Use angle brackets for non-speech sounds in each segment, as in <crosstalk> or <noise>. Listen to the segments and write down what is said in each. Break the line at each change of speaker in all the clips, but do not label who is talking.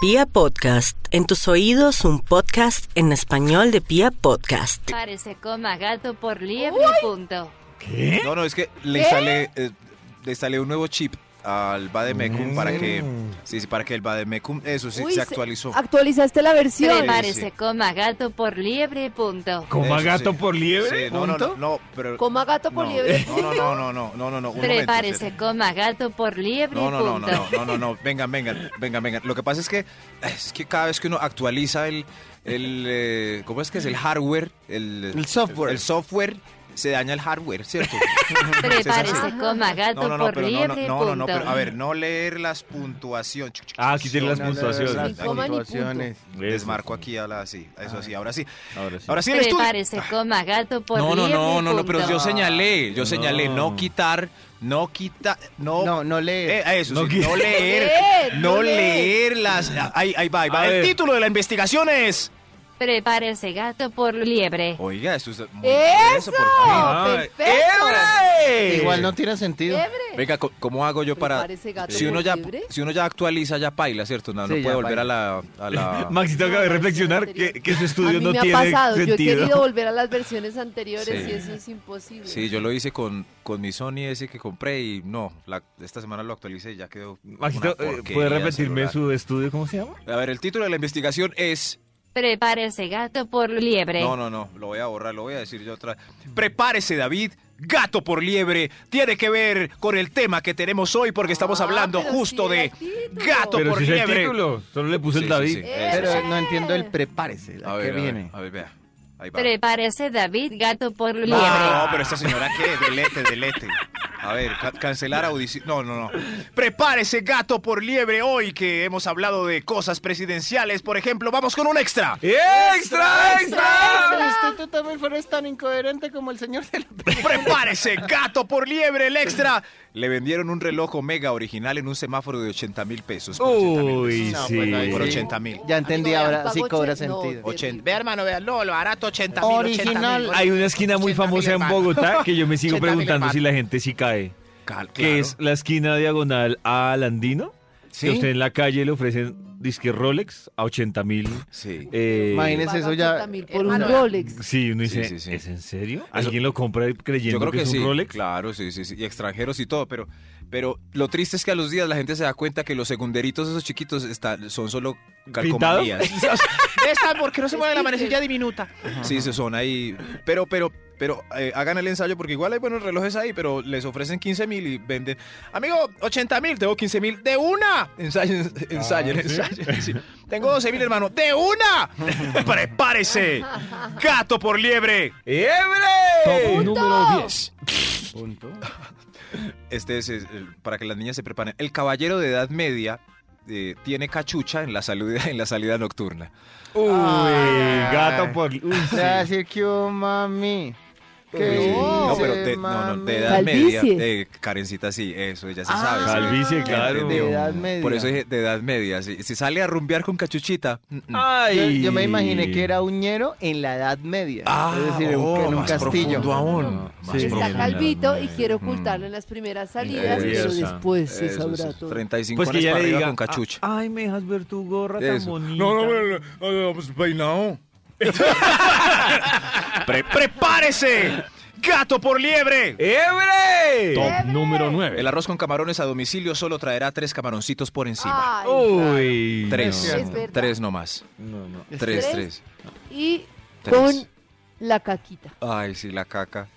Pia Podcast, en tus oídos un podcast en español de Pia Podcast.
Parece coma gato por liebre, punto.
No, no, es que le instalé, eh, le instalé un nuevo chip al Bademecum para que sí, sí, para que el Bademecum eso sí
Uy,
se
se-
actualizó.
Actualizaste la versión.
Prepárese, coma gato por liebre, punto.
Eso
¿Coma
sí.
gato por liebre?
Sí, no, no, no,
punto?
no, pero
Coma gato por
no,
liebre.
<laughs> No, no, no, no, no, no, no, no, un momento,
Prepárese,
espere.
coma gato por liebre,
No, no, no, no, no,
punto.
no, no, no, vengan, vengan, vengan, vengan. Lo que pasa es que es que cada vez que uno actualiza el el eh, ¿cómo es que es el hardware, el,
El software.
el software se daña el hardware, ¿cierto? Sí, es así.
Prepárese, coma gato
No, no, no,
por
pero no, no,
liebre,
no, no, no, pero a
punto.
ver, no leer las puntuaciones. Chuc, chuc,
Ah, quiten las
no, no, no,
puntuaciones.
no, no, no,
Coma ni punto.
Desmarco aquí a la sí, eso sí, ahora sí.
Ahora sí.
Ahora sí el estudio. Ah.
Prepárese, coma gato por
No, no,
liebre,
no, no, no, pero
punto.
yo señalé, yo
No.
señalé no quitar, no quitar, no
No, no
eh,
leer.
eso,
No
sí,
qui-
no leer,
Leer,
no
no
leer las ahí, ahí va, ahí va.
A
El
ver.
título de la investigación es
Prepárese, gato por liebre.
Oiga, esto es muy
¡Eso!
denso, eh, por favor.
Ah,
¡Perfecto!
Eh, Igual no tiene sentido.
Liebre.
Venga, co- ¿cómo hago yo para
Prepárese, gato
si uno
por
ya
liebre.
si uno ya actualiza ya paila, cierto? No, no
Sí, ya
puede volver a la a <laughs> la
Ah. Maxito acaba de reflexionar que, que su
A
estudio
mí
no
me ha
tiene
pasado. Yo he querido
sentido.
volver a las versiones anteriores
Sí.
y eso es imposible.
Sí, yo lo hice con, con mi Sony ese que compré y no, la- esta semana lo actualicé y ya quedó.
Maxito,
una
eh,
porquería
¿puede repetirme
el celular.
su estudio? ¿Cómo se llama?
A ver, el título de la investigación es.
Prepárese, gato por liebre.
No, no, no, lo voy a borrar, lo voy a decir yo otra. Prepárese, David. Gato por liebre tiene que ver con el tema que tenemos hoy porque estamos
Ah,
hablando
pero
justo
sí
de
era título.
gato
Pero
por
si es el
liebre.
título, solo le puse
Sí,
el
sí,
David.
sí, eso
Pero
sí.
no entiendo el prepárese,
A
la
ver,
que
a ver,
viene.
A ver, vea. Ahí va.
Prepárese, David, gato por liebre.
No, pero esta señora qué, delete, delete. A ver, ca- cancelar audición. No, no, no. Prepárese, gato por liebre, hoy que hemos hablado de cosas presidenciales. Por ejemplo, vamos con un extra.
¡Extra, extra!
Pero usted tú también fueras tan incoherente como el señor de la
Prepárese, gato por liebre, el extra. Le vendieron un reloj Omega original en un semáforo de 80 mil pesos. por 80 mil
Uy,
pesos.
No,
sí.
pues ahí
Por
sí.
80 mil.
Ya entendí
Amigo,
ahora,
pago
sí cobra
ochen- no,
sentido.
ocho-
80. Ve, hermano, vea, no, lo barato 80
Original.
Hay una esquina muy
80 mil
famosa en
hermanos.
Bogotá que yo me sigo
80 mil
preguntando si
hermanos.
la gente sí cae.
Cal- claro.
que es la esquina diagonal al Andino.
Sí.
Que usted en la calle le ofrecen disque Rolex a 80 mil.
Sí.
Imagínese eso
Paga
ya. Eh,
80.000 por un
Hermano,
Rolex.
Sí, uno
Sí,
dice,
sí, sí.
¿es en serio?
Eso-
¿Alguien lo compra creyendo
Yo creo que,
es
sí.
un Rolex?
Claro, sí, sí, sí. Y extranjeros y todo, pero, pero lo triste es que a los días la gente se da cuenta que los secunderitos, esos chiquitos, están, son solo
<laughs>
calcomanías.
Esta, ¿por qué no se mueve la manecilla diminuta?
Sí, se son ahí. Pero, pero, pero eh, hagan el ensayo porque igual hay buenos relojes ahí, pero les ofrecen 15 mil y venden. Amigo, 80 mil, tengo 15 mil de una. Ensayen,
Ah,
ensayen, ensayen. sí. Tengo 12 mil, hermano, de una.
<laughs>
Prepárese. Gato por liebre.
¡Ebre!
número
10. Este es, es, el- para que las niñas se preparen. El caballero de edad media eh, tiene cachucha en la, salida, <laughs> en la salida nocturna.
Uy, gato por... Uy,
Te va a decir que oh, mami. ¿Qué
Sí.
dice,
No, pero de, no, no,
mami?
de edad
Calvicie.
media. eh, Karencita, sí, eso, ella se sabe. sí.
Calvicie, claro.
Ah. De edad media.
Por eso dije de edad media. Si, si sale a rumbear con cachuchita. mm, mm.
Yo,
Ay.
yo me imaginé que era un ñero en la edad media.
Ah,
es decir, en un-
oh,
en un
más
castillo.
profundo aún. Más
Sí.
Está
profundo.
calvito y
Mm.
quiere ocultarlo en las primeras salidas,
Eh,
pero
esa.
después se
Eso,
sabrá
eso.
todo.
35
Pues que
años
ya
para
le
arriba
diga,
con cachucha.
"Ah, Ay, me dejas ver tu gorra tan
Eso.
bonita.
pues <laughs> peinado. ¡Prepárese! ¡Gato por liebre!
¡Ebre!
número 9.
El arroz con camarones a domicilio solo traerá tres camaroncitos por encima.
Ay,
Uy.
tres.
Ah, Es verdad.
Tres nomás.
No, no.
Tres,
¿Tres?
tres.
Y
Tres.
con la caquita.
Ay, sí, la caca.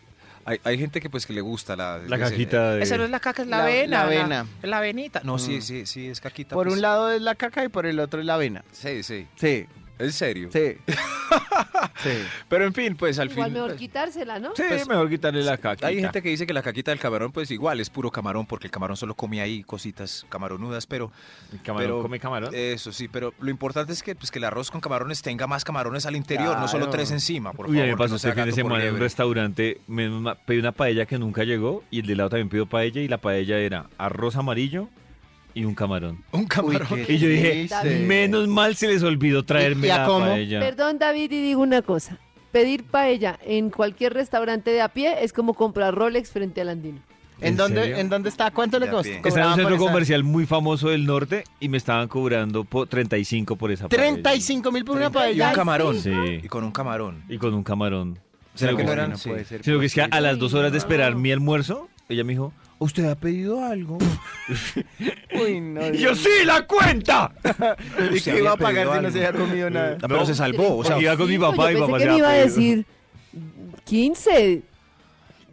Hay, hay gente que pues que le gusta la...
La
ese-
cajita de...
la caca, es la, avena. La avena.
La venita. No, sí, sí, sí, es caquita.
Por
pues.
un lado es la caca y por el otro es la avena.
Sí, sí.
Sí,
En serio.
sí. <laughs> sí.
Pero en fin, pues al
Igual
fin...
mejor
pues,
quitársela, ¿no?
Sí,
Pues,
mejor quitarle la caca.
Hay gente que dice que la caquita del camarón, pues igual es puro camarón, porque el camarón solo come ahí cositas camaronudas, pero
Camarón,
pero-
come camarón.
eso sí, pero lo importante es que, pues, que el arroz con camarones tenga más camarones al interior, no solo
Claro.
tres encima, por
Uy, a
favor.
mí me
que
pasó
no sea
este fin de
gato por
semana en un
liebre.
restaurante, me ma- pedí una paella que nunca llegó y el de lado también pidió paella y la paella era arroz amarillo y un camarón.
Un camarón.
Uy, qué
Y yo dije,
triste.
menos mal se les olvidó traerme
¿Y a
la
cómo?
paella.
Perdón, David, y digo una cosa. Pedir paella en cualquier restaurante de a pie es como comprar Rolex frente al andino.
¿En,
¿En
dónde,
serio?
¿En dónde está? ¿Cuánto le
Ya
costó?
bien.
Está en un centro comercial muy famoso del norte y me estaban cobrando po- 35 por esa paella.
35 mil por una
Y un
paella.
camarón.
Sí.
Y con un camarón.
Y con un camarón.
¿Será
Sino
que no
que-
eran?
no
Sí.
puede ser
sino que es que a
posible.
las dos horas de esperar mi almuerzo, ella me dijo, ¿usted ha pedido
<laughs>
algo?
Uy, no,
Y
Dios
yo,
mío.
¡sí, la cuenta!
¿Y
Se
qué iba a
había
pagar
pedido
si no
algo.
se había comido nada? <laughs>
Pero se salvó. O sea,
Iba con mi
Cinco,
papá y
pues yo
papá
pensé que
se
me iba a
va a
decir 15.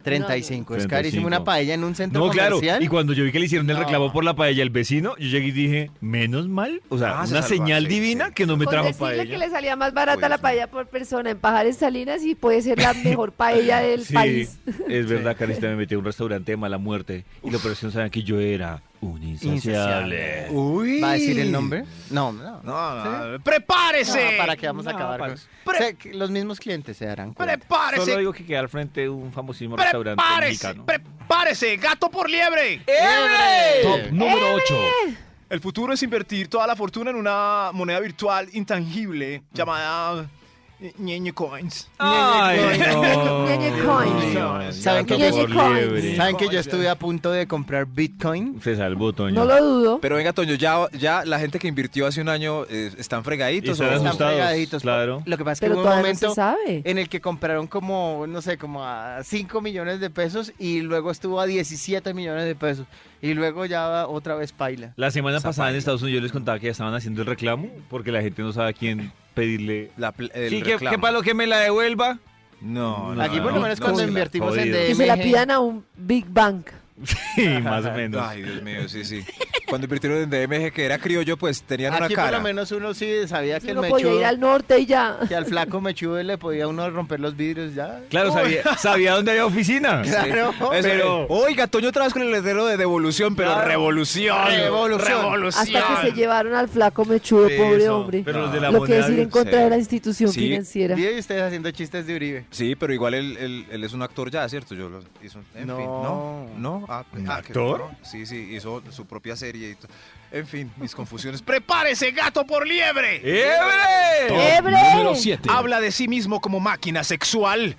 35, es
35.
carísimo una paella en un centro
No, claro.
comercial.
Y cuando yo vi que le hicieron el
No.
reclamo por la paella al vecino, yo llegué y dije, menos mal. O sea,
Ah, se
una
salvaron,
señal
sí,
divina
sí.
que no me
Con
trajo
decirle que
paella.
le salía más barata
Pues,
la
sí.
paella por persona en Pajares Salinas y puede ser la mejor paella del
Sí,
país.
es verdad, Carita, me metí a un restaurante de mala muerte y la operación sabía que yo era un insaciable.
Insaciable. ¿Va a decir el nombre? No,
No,
no.
no.
No,
¡Prepárese!
¿Para qué vamos a
No,
acabar
para-
con O sea, que los mismos clientes se darán cuenta.
Solo
¡Prepárese!
digo que quedé al frente de un famosísimo restaurante
¡Prepárese!
mexicano.
¡Prepárese! ¡Gato por liebre!
Eh,
Top número 8.
El futuro es invertir toda la fortuna en una moneda virtual intangible llamada eh, Ñeñe Coins.
Ay, no.
Ñeñe coins.
Dios mío,
¿Saben
gato
que yo-
por
Ñeñe coins.
liebre.
¿Saben que yo estuve a punto de comprar Bitcoin?
Se salvó, Toño.
No lo dudo.
Pero venga, Toño, ya, ya la gente que invirtió hace un año eh, están
Y
fregaditos.
están
o-
Están
asustados,
pegaditos.
claro.
Lo que pasa es que
Pero
hubo un
todavía no se
momento eh,
sabe.
en el que compraron como, no sé, como a 5 millones de pesos y luego estuvo a 17 millones de pesos. Y luego ya va otra vez paila.
La semana
Esa
pasada en
vaina.
Estados Unidos yo les contaba que ya estaban haciendo el reclamo porque la gente no sabe a quién pedirle.
la pl- el
Sí, que,
reclamo.
que para lo que me la devuelva.
No, no,
Aquí por
no,
lo menos
no,
cuando
sí, la-
invertimos en
jodido.
DM.
Que se la pidan a un Big Bang.
Sí, <laughs> más o menos.
Ay, Dios mío, sí, sí. Cuando invirtieron en DMG, que era criollo, pues tenían
Aquí
una
por
cara.
lo menos uno sí sabía que el
Uno podía ir
mechudo,
al norte y ya.
que al flaco mechudo le podía uno romper los vidrios ya.
Claro, sabía, <laughs> sabía dónde había oficina.
Sí.
Claro,
Eso,
pero-
eh, Oiga, Toño otra vez con el letrero de devolución, pero
Claro.
revolución.
Revolución.
Hasta que se llevaron al flaco mechudo, <laughs>
Eso,
pobre hombre.
Pero los de la
Lo que
moneda.
es ir en contra
Sí.
de la institución
Sí.
financiera.
Y ustedes haciendo chistes de Uribe.
Sí, pero igual él, él- él es un actor ya, ¿cierto? Yo lo hizo. En
No.
fin, no. No. Ah,
¿Un
ah, que-
actor?
no. Sí, sí, hizo su propia serie. y to- En fin, mis confusiones. ¡Prepárese, <laughs> gato por liebre!
Eh, ¡Ebre!
¡Ebre!
Habla de sí mismo como máquina sexual.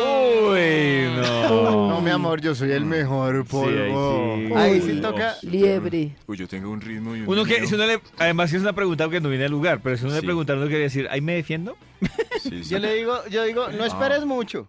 Uy, no.
No, mi amor, yo soy el mejor polvo.
ahí sí.
ahí sí,
Uy,
toca.
Liebre.
Uy, yo tengo un ritmo y
<laughs> Uno que, si uno le, además que es una pregunta que no viene al lugar, pero si uno le
Sí.
pregunta, uno quiere decir, ¿ahí me defiendo?
Yo le digo, yo digo, no esperes mucho.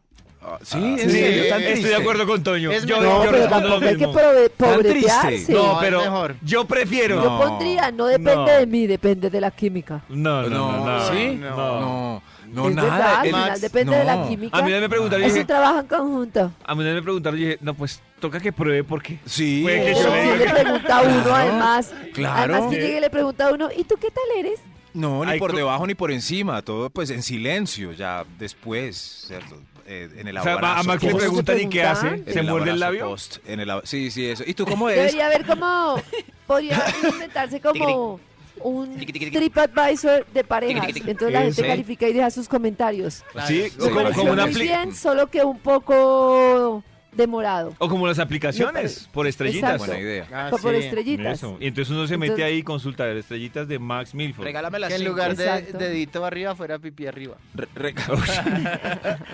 sí,
¿en serio?
Ah,
Tan
estoy de
triste.
acuerdo con Toño.
Es
yo
mejor.
yo
No, pero
respondo lo
tampoco hay que
mismo.
pobre-
Tan triste.
pobretearse.
No,
No, es
pero
mejor.
yo prefiero.
No.
Yo pondría, no depende
No.
de mí, depende de la química.
No, no, no. no,
¿Sí?
no.
No, no,
es
nada.
verdad, al
el-
final depende de la
no.
química.
A mí me preguntaron, yo
Eso
dije,
trabaja en conjunto.
a mí me preguntaron, yo dije, no, pues toca que pruebe porque.
Sí.
Puede que
Pero
yo le
¿quién
diga
le pregunta a uno,
Claro,
además.
claro.
Además, que llegue y le pregunta a uno, ¿y tú qué tal eres?
No, ni
Hay
por
co-
debajo ni por encima, todo pues en silencio, ya después, ¿cierto? Eh, en el
O sea,
abrazo.
a Max le
¿Cómo
post,
se
preguntan y qué hace.
preguntan?
en
Se muerde el
abrazo
labio.
post, en el ab- sí, sí, eso. ¿Y tú
Pues.
cómo eres?
Debería haber como,
<laughs>
podría inventarse como un TripAdvisor de parejas. Entonces la gente
Sí.
califica y deja sus comentarios.
Sí,
Sí,
o como,
parece
como una
muy
apli-
bien, solo que un poco demorado.
o como las aplicaciones por estrellitas.
Exacto.
Buena idea.
Ah,
por
sí.
estrellitas.
Eso. Y entonces uno se mete
Entonces-
ahí y consulta las estrellitas de Max Milford.
Regálame
Que
las
en
cinco.
lugar de
Exacto.
dedito arriba fuera pipí arriba.
Re- Pues, re- <laughs>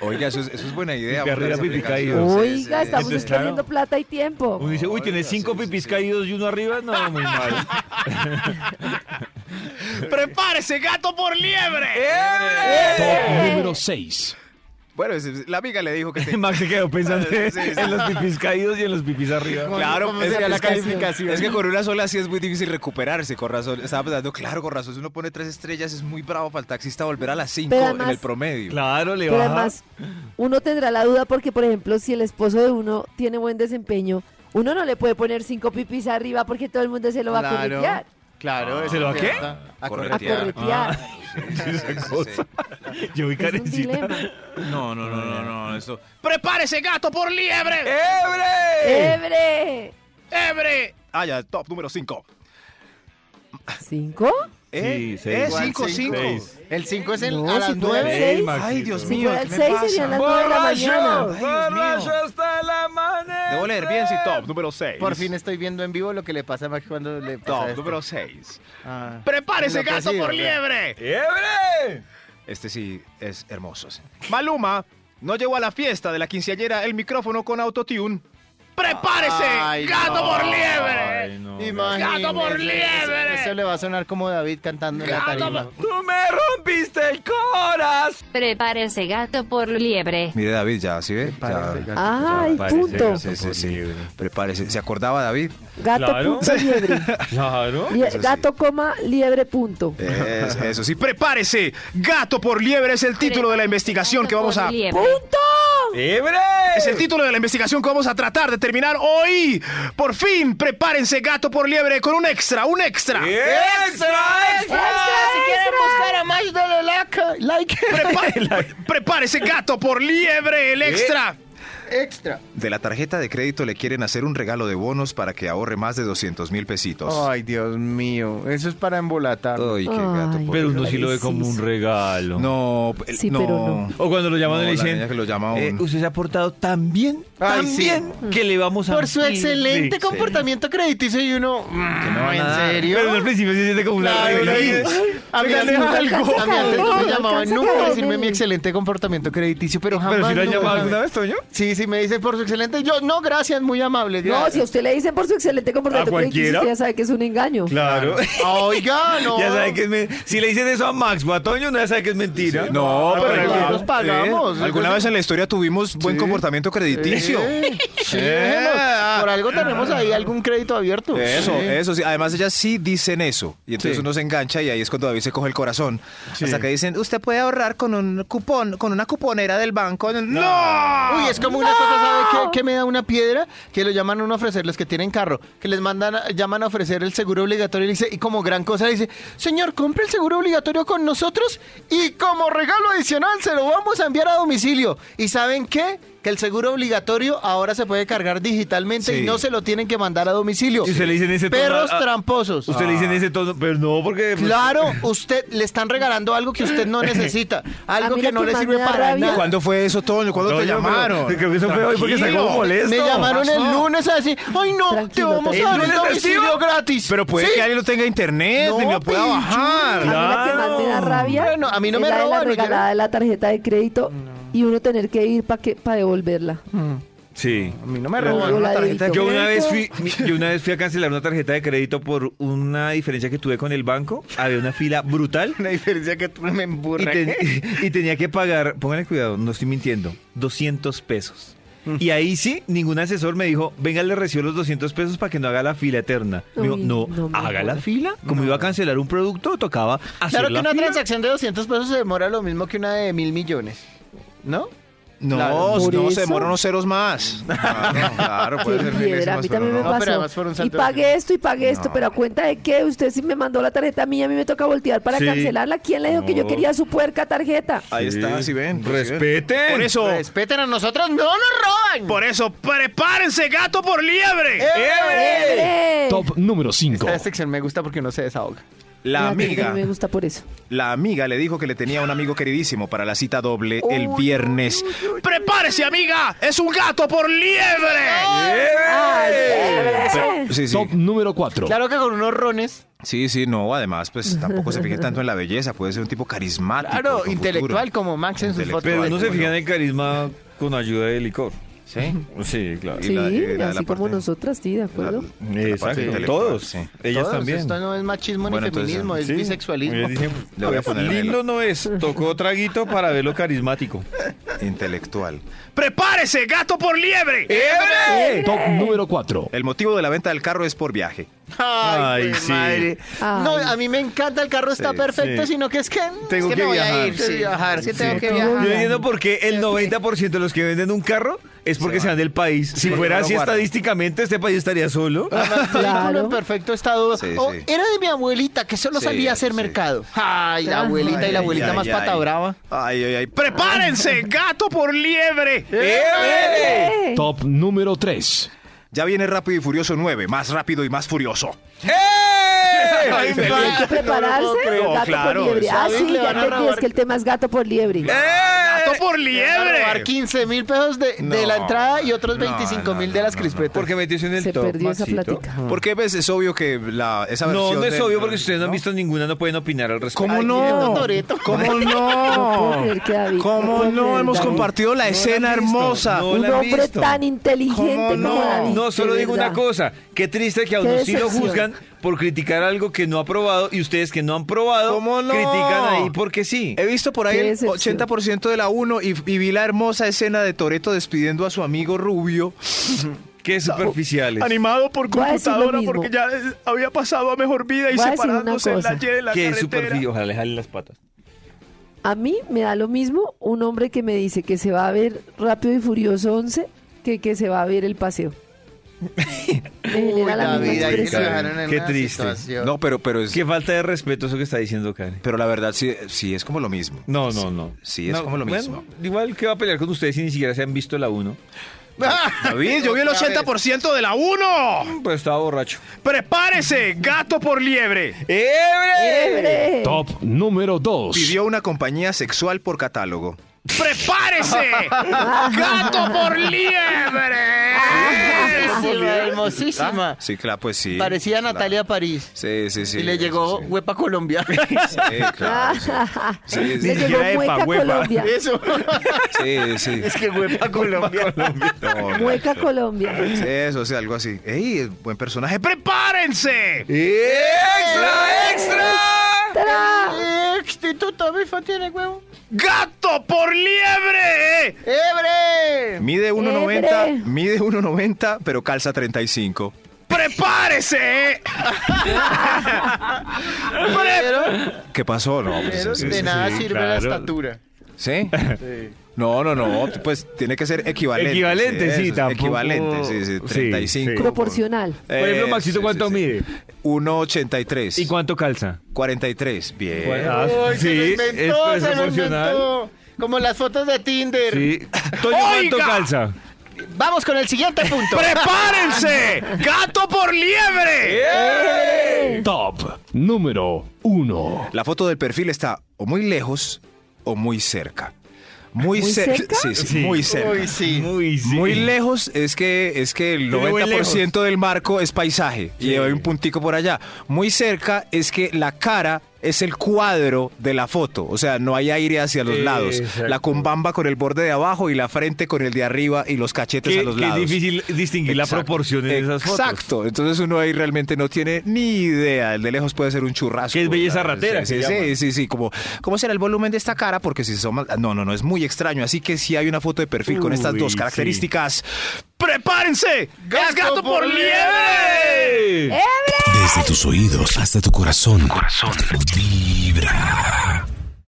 Oiga, eso es, eso es buena idea.
Pipi
hombre,
arriba,
esa
pipi
aplicación.
caído.
Sí, sí,
Oiga,
sí.
estamos
Entonces, claro.
perdiendo plata y tiempo.
Uno dice, uy, tiene
Oiga,
cinco
sí, sí,
pipis
sí.
caídos y uno arriba. No,
<laughs>
muy mal.
¡Prepárese, gato por liebre!
¡Eh!
número 6.
Bueno, es- es- la amiga le dijo que
<laughs>
te...
Max se quedó pensando
Sí, sí.
en los pipis caídos y en los pipis arriba.
Claro,
¿Cómo
es-
sería la
es que-
calificación?
Es que con una sola sí es muy difícil recuperarse, con razón. Estaba pensando, claro, con razón. Si uno pone tres estrellas, es muy bravo para el taxista volver a las cinco
Pero
en
además-
el promedio.
Claro, le
Pero
baja. <laughs>
además, uno tendrá la duda porque, por ejemplo, si el esposo de uno tiene buen desempeño, uno no le puede poner cinco pipis arriba porque todo el mundo se lo va a corretear.
Claro, eso
¿Se lo a
es
qué?
Ah, cierto. A
A
corretear.
Corretear.
corretear.
<laughs>
Yo vi
Es un
carencita.
dilema.
No, no, no, no, no, eso. ¡Prepárese, gato, por liebre!
¡Eh, ¡Ebre!
¡Ebre! Ah, ya, top número 5.
¿Cinco?
Sí,
¿Eh?
seis.
¿Eh?
Igual
5,
Ah, cinco.
5.
Seis.
El 5 es el
No,
a
si
las
fuera el
9.
seis. Seis.
Ay, Dios
Si
mío,
fuera
¿qué
el
me
seis,
pasa?
serían las nueve de la mañana.
¡Borracho
hasta la amanecer!
Debo leer bien, sí, top número 6.
Por fin estoy viendo en vivo lo que le pasa a Max cuando le pasa
Top
esto.
número 6.
Ah.
¡Prepárese, gato,
Enloquecido,
por
ya.
liebre!
¡Ebre!
Este sí es hermoso. sí. Maluma No llevó a la fiesta de la quinceañera el micrófono con autotune. ¡Prepárese!
Ay,
¡Gato
no.
por liebre!
Ay, no,
Imagínese,
¡Gato por liebre!
Eso, eso le va a sonar como David cantando en la tarima.
¡Tú me rompiste el corazón!
Prepárese gato por liebre.
Mire, David, ya, ¿sí ve?
Parece
Ya.
gato.
Ay,
parece
punto.
gato.
Sí, sí,
Por
sí.
liebre.
Prepárese. ¿Se acordaba, David?
Gato
Claro.
punto
<laughs>
liebre.
Claro.
Lie-
sí.
Gato coma liebre punto.
Es-
Eso sí, prepárese. Gato por liebre es el título de la investigación que vamos a...
Liebre.
¡Punto!
¡Liebre!
Es el título de la investigación que vamos a tratar de terminar hoy. Por fin, prepárense gato por liebre con un extra, un extra.
¡Extra,
Si quieren buscar a Mash, dale like. like.
<laughs>
Prepa- prepárese gato por liebre, el extra.
Extra.
De la tarjeta de crédito le quieren hacer un regalo de bonos para que ahorre más de 200 mil pesitos.
Ay, Dios mío. Eso es para embolatar.
Ay, qué gato.
Ay.
por
Pero
liebre.
uno sí lo ve como un regalo.
No, el-
Sí,
no.
pero no.
O cuando lo llaman
No,
y le
la
dicen,
niña que lo llama a
eh,
uno.
usted se ha portado tan bien,
Ay,
tan
sí.
bien, que le vamos a...
Por su
Sí.
excelente
Ah,
comportamiento crediticio y uno...
no
mm,
van a
¿En
dar.
serio?
Pero al principio se siente como una
Claro,
regla.
sí. A mí antes
no
algo.
alcanza
A mí antes no
caer,
me
no
llamaban
alcanza
nunca
caer
a decirme
en-
mi excelente comportamiento crediticio, pero jamás.
Pero si lo han
nunca.
llamado alguna vez, Toño.
Sí, sí, me dice por su excelente. Yo, no, gracias, muy amable.
No,
gracias.
si a usted le dicen por su excelente comportamiento,
¿A cualquiera?
usted ya sabe que es un engaño.
Claro.
Oiga, no.
Ya sabe que es men- Si le dices eso a Max o a Toño, no ya sabe que es mentira. Ah,
No,
pero
Ah, pero
igual
alguna-
los pagamos.
eh, alguna vez en la historia tuvimos buen
Sí.
comportamiento crediticio.
Sí, sí,
Eh.
ah.
déjenos. Por algo tenemos ahí algún crédito abierto.
Eso,
Sí.
eso sí. Además, ellas sí dicen eso. Y entonces
Sí.
uno se engancha y ahí es cuando David se coge el corazón. Hasta que dicen, usted puede ahorrar con un cupón, con una cuponera del banco. ¡No!
Uy, es como una cosa, ¿sabe qué, qué me da una piedra? Que lo llaman a uno a ofrecer los que tienen carro, que les mandan, a- llaman a ofrecer el seguro obligatorio y, le dice, y como gran cosa le dice, señor, compre el seguro obligatorio con nosotros y como regalo adicional se lo vamos a enviar a domicilio. ¿Y saben qué? Que el seguro obligatorio ahora se puede cargar digitalmente
Sí.
y no se lo tienen que mandar a domicilio.
Y usted le dice en ese tono
Perros
a- a-
tramposos.
Usted le dice en ese tono, pero no, porque... pues,
Claro, usted le están regalando algo que
<laughs>
usted no necesita, algo
mí
que
lo
no
que
le
más me
sirve
da
para
rabia-
nada.
¿Cuándo fue eso, Toño? ¿Cuándo te
Toño, pero-
llamaron?
Creo que eso fue hoy porque está
Tranquilo.
como molesto.
Me llamaron el
Pasó.
lunes a decir, ay no,
Tranquilo,
te vamos
tranquilo.
a dar
¿El
un
lunes festivo?
domicilio gratis.
Pero puede
Sí.
que alguien lo tenga internet
No,
ni lo pueda
pinche.
bajar.
A mí la que
Claro.
más me da rabia
Bueno, a mí no
es
me
la de la
robaron, yo
regalada
no-
de la tarjeta de crédito y uno tener que ir para que para devolverla.
Sí.
A mí no me
Pero
roban
yo
una
la
tarjeta.
edito.
Yo una, vez
crédito.
fui, mi- yo una vez fui a cancelar una tarjeta de crédito por una diferencia que tuve con el banco. Había una fila brutal
Una diferencia que tú me
y,
emburras.
ten- <laughs> y tenía que pagar, pónganle cuidado, no estoy mintiendo, 200 pesos. Y ahí sí, ningún asesor me dijo, venga, le recibo los 200 pesos para que no haga la fila eterna. Me dijo,
Uy,
no,
no me
haga la
jodas.
fila. Como iba a cancelar un producto, tocaba hacer
Claro que
la
una
fila.
transacción de 200 pesos se demora lo mismo que una de mil millones. ¿No?
No,
Claro.
Por
no, se
eso.
demora unos ceros más. <laughs>
Ah,
Claro, claro, puede
Qué
ser mil
piedra,
veces
a
más,
mí
pero
también
no.
me
No, pero
pasó.
además fueron
y
saltos
pagué esto y pagué esto,
No.
pero a cuenta de qué, usted sí me mandó la tarjeta mía, a mí me toca voltear para
Sí.
cancelarla. ¿Quién le dijo que yo
No.
quería su puerca tarjeta?
Ahí está,
Sí.
si ven. pues, sí ven.
Respeten.
Por eso,
Respeten a nosotros, no nos roban.
por eso, prepárense, gato por liebre.
¡Hombre!
Eh,
Top número 5.
Esta sección me gusta porque uno se desahoga.
La
Mira, que
amiga,
no me gusta por eso.
la amiga le dijo que le tenía un amigo queridísimo para la cita doble el viernes. ¡Prepárese, amiga! ¡Es un gato por liebre!
Eh,
¡Ay, qué
Pero- sí, sí.
Top número 4.
Claro que con unos rones.
Sí, sí, no, además, pues tampoco se fije tanto en la belleza, puede ser un tipo carismático.
Claro,
con
intelectual
futuro.
como Max en sus
Intelectual.
fotos.
Pero no se
Ay,
fijan
bueno.
en el carisma con ayuda de licor.
Sí.
Sí, claro.
Sí,
la- y la de la
así como
parte-
nosotras, sí, de acuerdo.
parte
Exacto.
intelectual,
Todos.
sí.
Ellas
Todos,
también.
Esto no es machismo
Bueno,
ni
entonces,
feminismo, es
Sí.
bisexualismo.
Ellas dicen,
Le voy a
pues,
poner en el-
lindo no es, tocó traguito para verlo carismático.
Intelectual. ¡Prepárese, gato por liebre!
¡Eh!
Top número 4.
El motivo de la venta del carro es por viaje.
Ay,
güey,
sí.
Ay.
pues, No, a mí me encanta, el carro está
Sí,
perfecto,
sí.
sino que es que mm,
Tengo
es que,
que
me voy a
viajar,
ir, sí, viajar, sí, tengo que
Yo
Yo
Ah.
viajar.
no entiendo por qué el 90% de los que venden un carro es porque se, van del país. Si fuera
no lo
así
guardan.
estadísticamente, este país estaría solo.
Además,
Claro.
vehículo en perfecto estado.
Sí,
O
sí.
era de mi abuelita que solo
Sí,
salía a hacer
sí.
mercado. Ay, la abuelita y la
Ay,
abuelita
ay,
más
ay.
pata brava.
Ay, ay, ay. ¡Prepárense, gato por liebre!
¡Eh!
Top número 3.
Ya viene Rápido y Furioso 9, más rápido y más furioso. <laughs>
Ay,
Feliz.
va.
¿Prepararse?
creo.
gato
Claro,
por liebre. Ah,
¿sabes
sí,
que le
ya
van a
entendí,
robar?
¡Eh!
es que el tema es gato por liebre.
¡Gato
por
Le van a robar
liebre.
15 mil pesos de, de
No,
la entrada y otros
no,
25 mil
no,
de las
no, no,
crispetas.
Porque metió en el
Se
top,
perdió esa
Maxito.
plática.
Porque pues, es obvio que la, esa versión...
No, no es
del-
obvio porque si ustedes no han visto ninguna, no pueden opinar al respecto.
¿Cómo no? ¿Cómo
No puedo
no?
creer que David- no
¿Cómo
puedo
no?
creer,
Hemos
David.
compartido la escena
han visto,
hermosa.
no.
Un
la han
hombre
visto.
tan inteligente
¿Cómo
como
no?
David.
No, solo
de
digo
verdad.
una cosa. Qué triste que a
Qué
uno sí lo
decepción.
juzgan por criticar algo que no ha probado y ustedes que no han probado
¿Cómo no?
critican ahí porque sí.
He visto por ahí
Qué
el
decepción.
80% de la 1 y, y vi la hermosa escena de Toreto despidiendo a su amigo rubio.
Qué superficiales.
Animado por
Voy a decir lo
computadora
mismo.
porque ya eh, había pasado a mejor vida y
Voy a decir una
separándose en la
cosa.
Y de la
Qué
carretera.
superficiales. Ojalá le jalen las patas.
A mí me da lo mismo un hombre que me dice que se va a ver Rápido y Furioso 11 que que se va a ver el
<laughs>
paseo. Me genera la misma
David, ahí te
expresión.
dejaron
Qué triste.
<laughs>
No, pero, pero, es,
Qué falta de respeto eso que está diciendo Karen.
pero la verdad sí, sí es como lo mismo.
No, no, no.
Sí, es
No,
como lo
bueno,
mismo.
igual que va a pelear con ustedes si ni siquiera se han visto la 1.
David, <laughs> yo vi el 80% de la
Mm,
1.
Pues estaba borracho.
Prepárese, gato por liebre.
<laughs> ¡Ebre!
¡Chévere!
Top número 2.
Pidió una compañía sexual por catálogo.
Prepárese, <laughs> gato por liebre.
Hermosísima, hermosísima.
Sí, claro, pues sí.
Parecía
claro.
Natalia París.
Sí, sí, sí.
y le
sí,
llegó
sí.
huepa Colombia.
Sí, claro,
<laughs>
sí. Sí,
Ah, Le
sí, sí.
llegó
siquiera
Mueca
epa, huepa.
<laughs>
<laughs>
Colombia.
Eso.
Sí,
<laughs>
sí.
es que huepa Colombia.
No, no,
Mueca
no.
Colombia.
Sí, eso, sí, algo así. ¡Ey, buen personaje! ¡Prepárense!
¡Eh! ¡Extra, extra!
¡Tarán!
Instituto Bifo tiene huevo.
¡Gato por liebre!
¡Ebre!
Mide 1.90,
¡Ebre!
mide 1.90, pero calza 35.
<laughs>
¡Prepárese!
¿Vieron?
¿Qué pasó? No, pues,
¿Vieron?
sí, sí,
De
sí.
nada
sí,
sirve la
claro.
estatura.
¿Sí? No, no, no, pues tiene que ser equivalente.
Equivalente, sí,
eso,
tampoco-
Equivalente, sí, sí,
Sí, sí.
35.
Proporcional.
Por
ejemplo, Maxito, ¿cuánto mide?
1.83.
¿Y cuánto calza?
43, bien.
Bueno. Ah,
Uy, se lo
sí,
inventó,
es- es
se lo
emocional.
inventó. Como las fotos de Tinder.
Sí. Toño, ¿cuánto
Oiga.
calza?
Vamos con el siguiente
<laughs>
punto.
¡Prepárense! ¡Gato por liebre!
Top número 1.
La foto del perfil está o muy lejos o muy cerca. Muy,
¿Muy
cer-
cerca?
Sí, sí,
Sí.
muy cerca.
Uy, sí.
Muy, sí.
Muy lejos es que es que el
Yo le voy
90% del marco es paisaje y hay un puntico por allá. Muy cerca es que la cara es el cuadro de la foto, o sea, no hay aire hacia los lados.
Exacto.
La cumbamba con el borde de abajo y la frente con el de arriba y los cachetes
Que-
a los
que es
lados.
difícil distinguir la
Exacto.
proporción en esas fotos.
Exacto, entonces uno ahí realmente no tiene ni idea. El de lejos puede ser un churrasco.
Que es belleza
¿verdad?
ratera,
Sí,
que
sí,
llaman.
sí, sí, sí, Como, ¿Cómo será el volumen de esta cara? Porque si somos. No, no, no, es muy extraño. Así que si hay una foto de perfil con estas
Uy,
dos
sí.
características.
¡Prepárense! ¡Gas gato por liebre!
¡Eh!
Desde tus oídos hasta tu corazón. Vibra.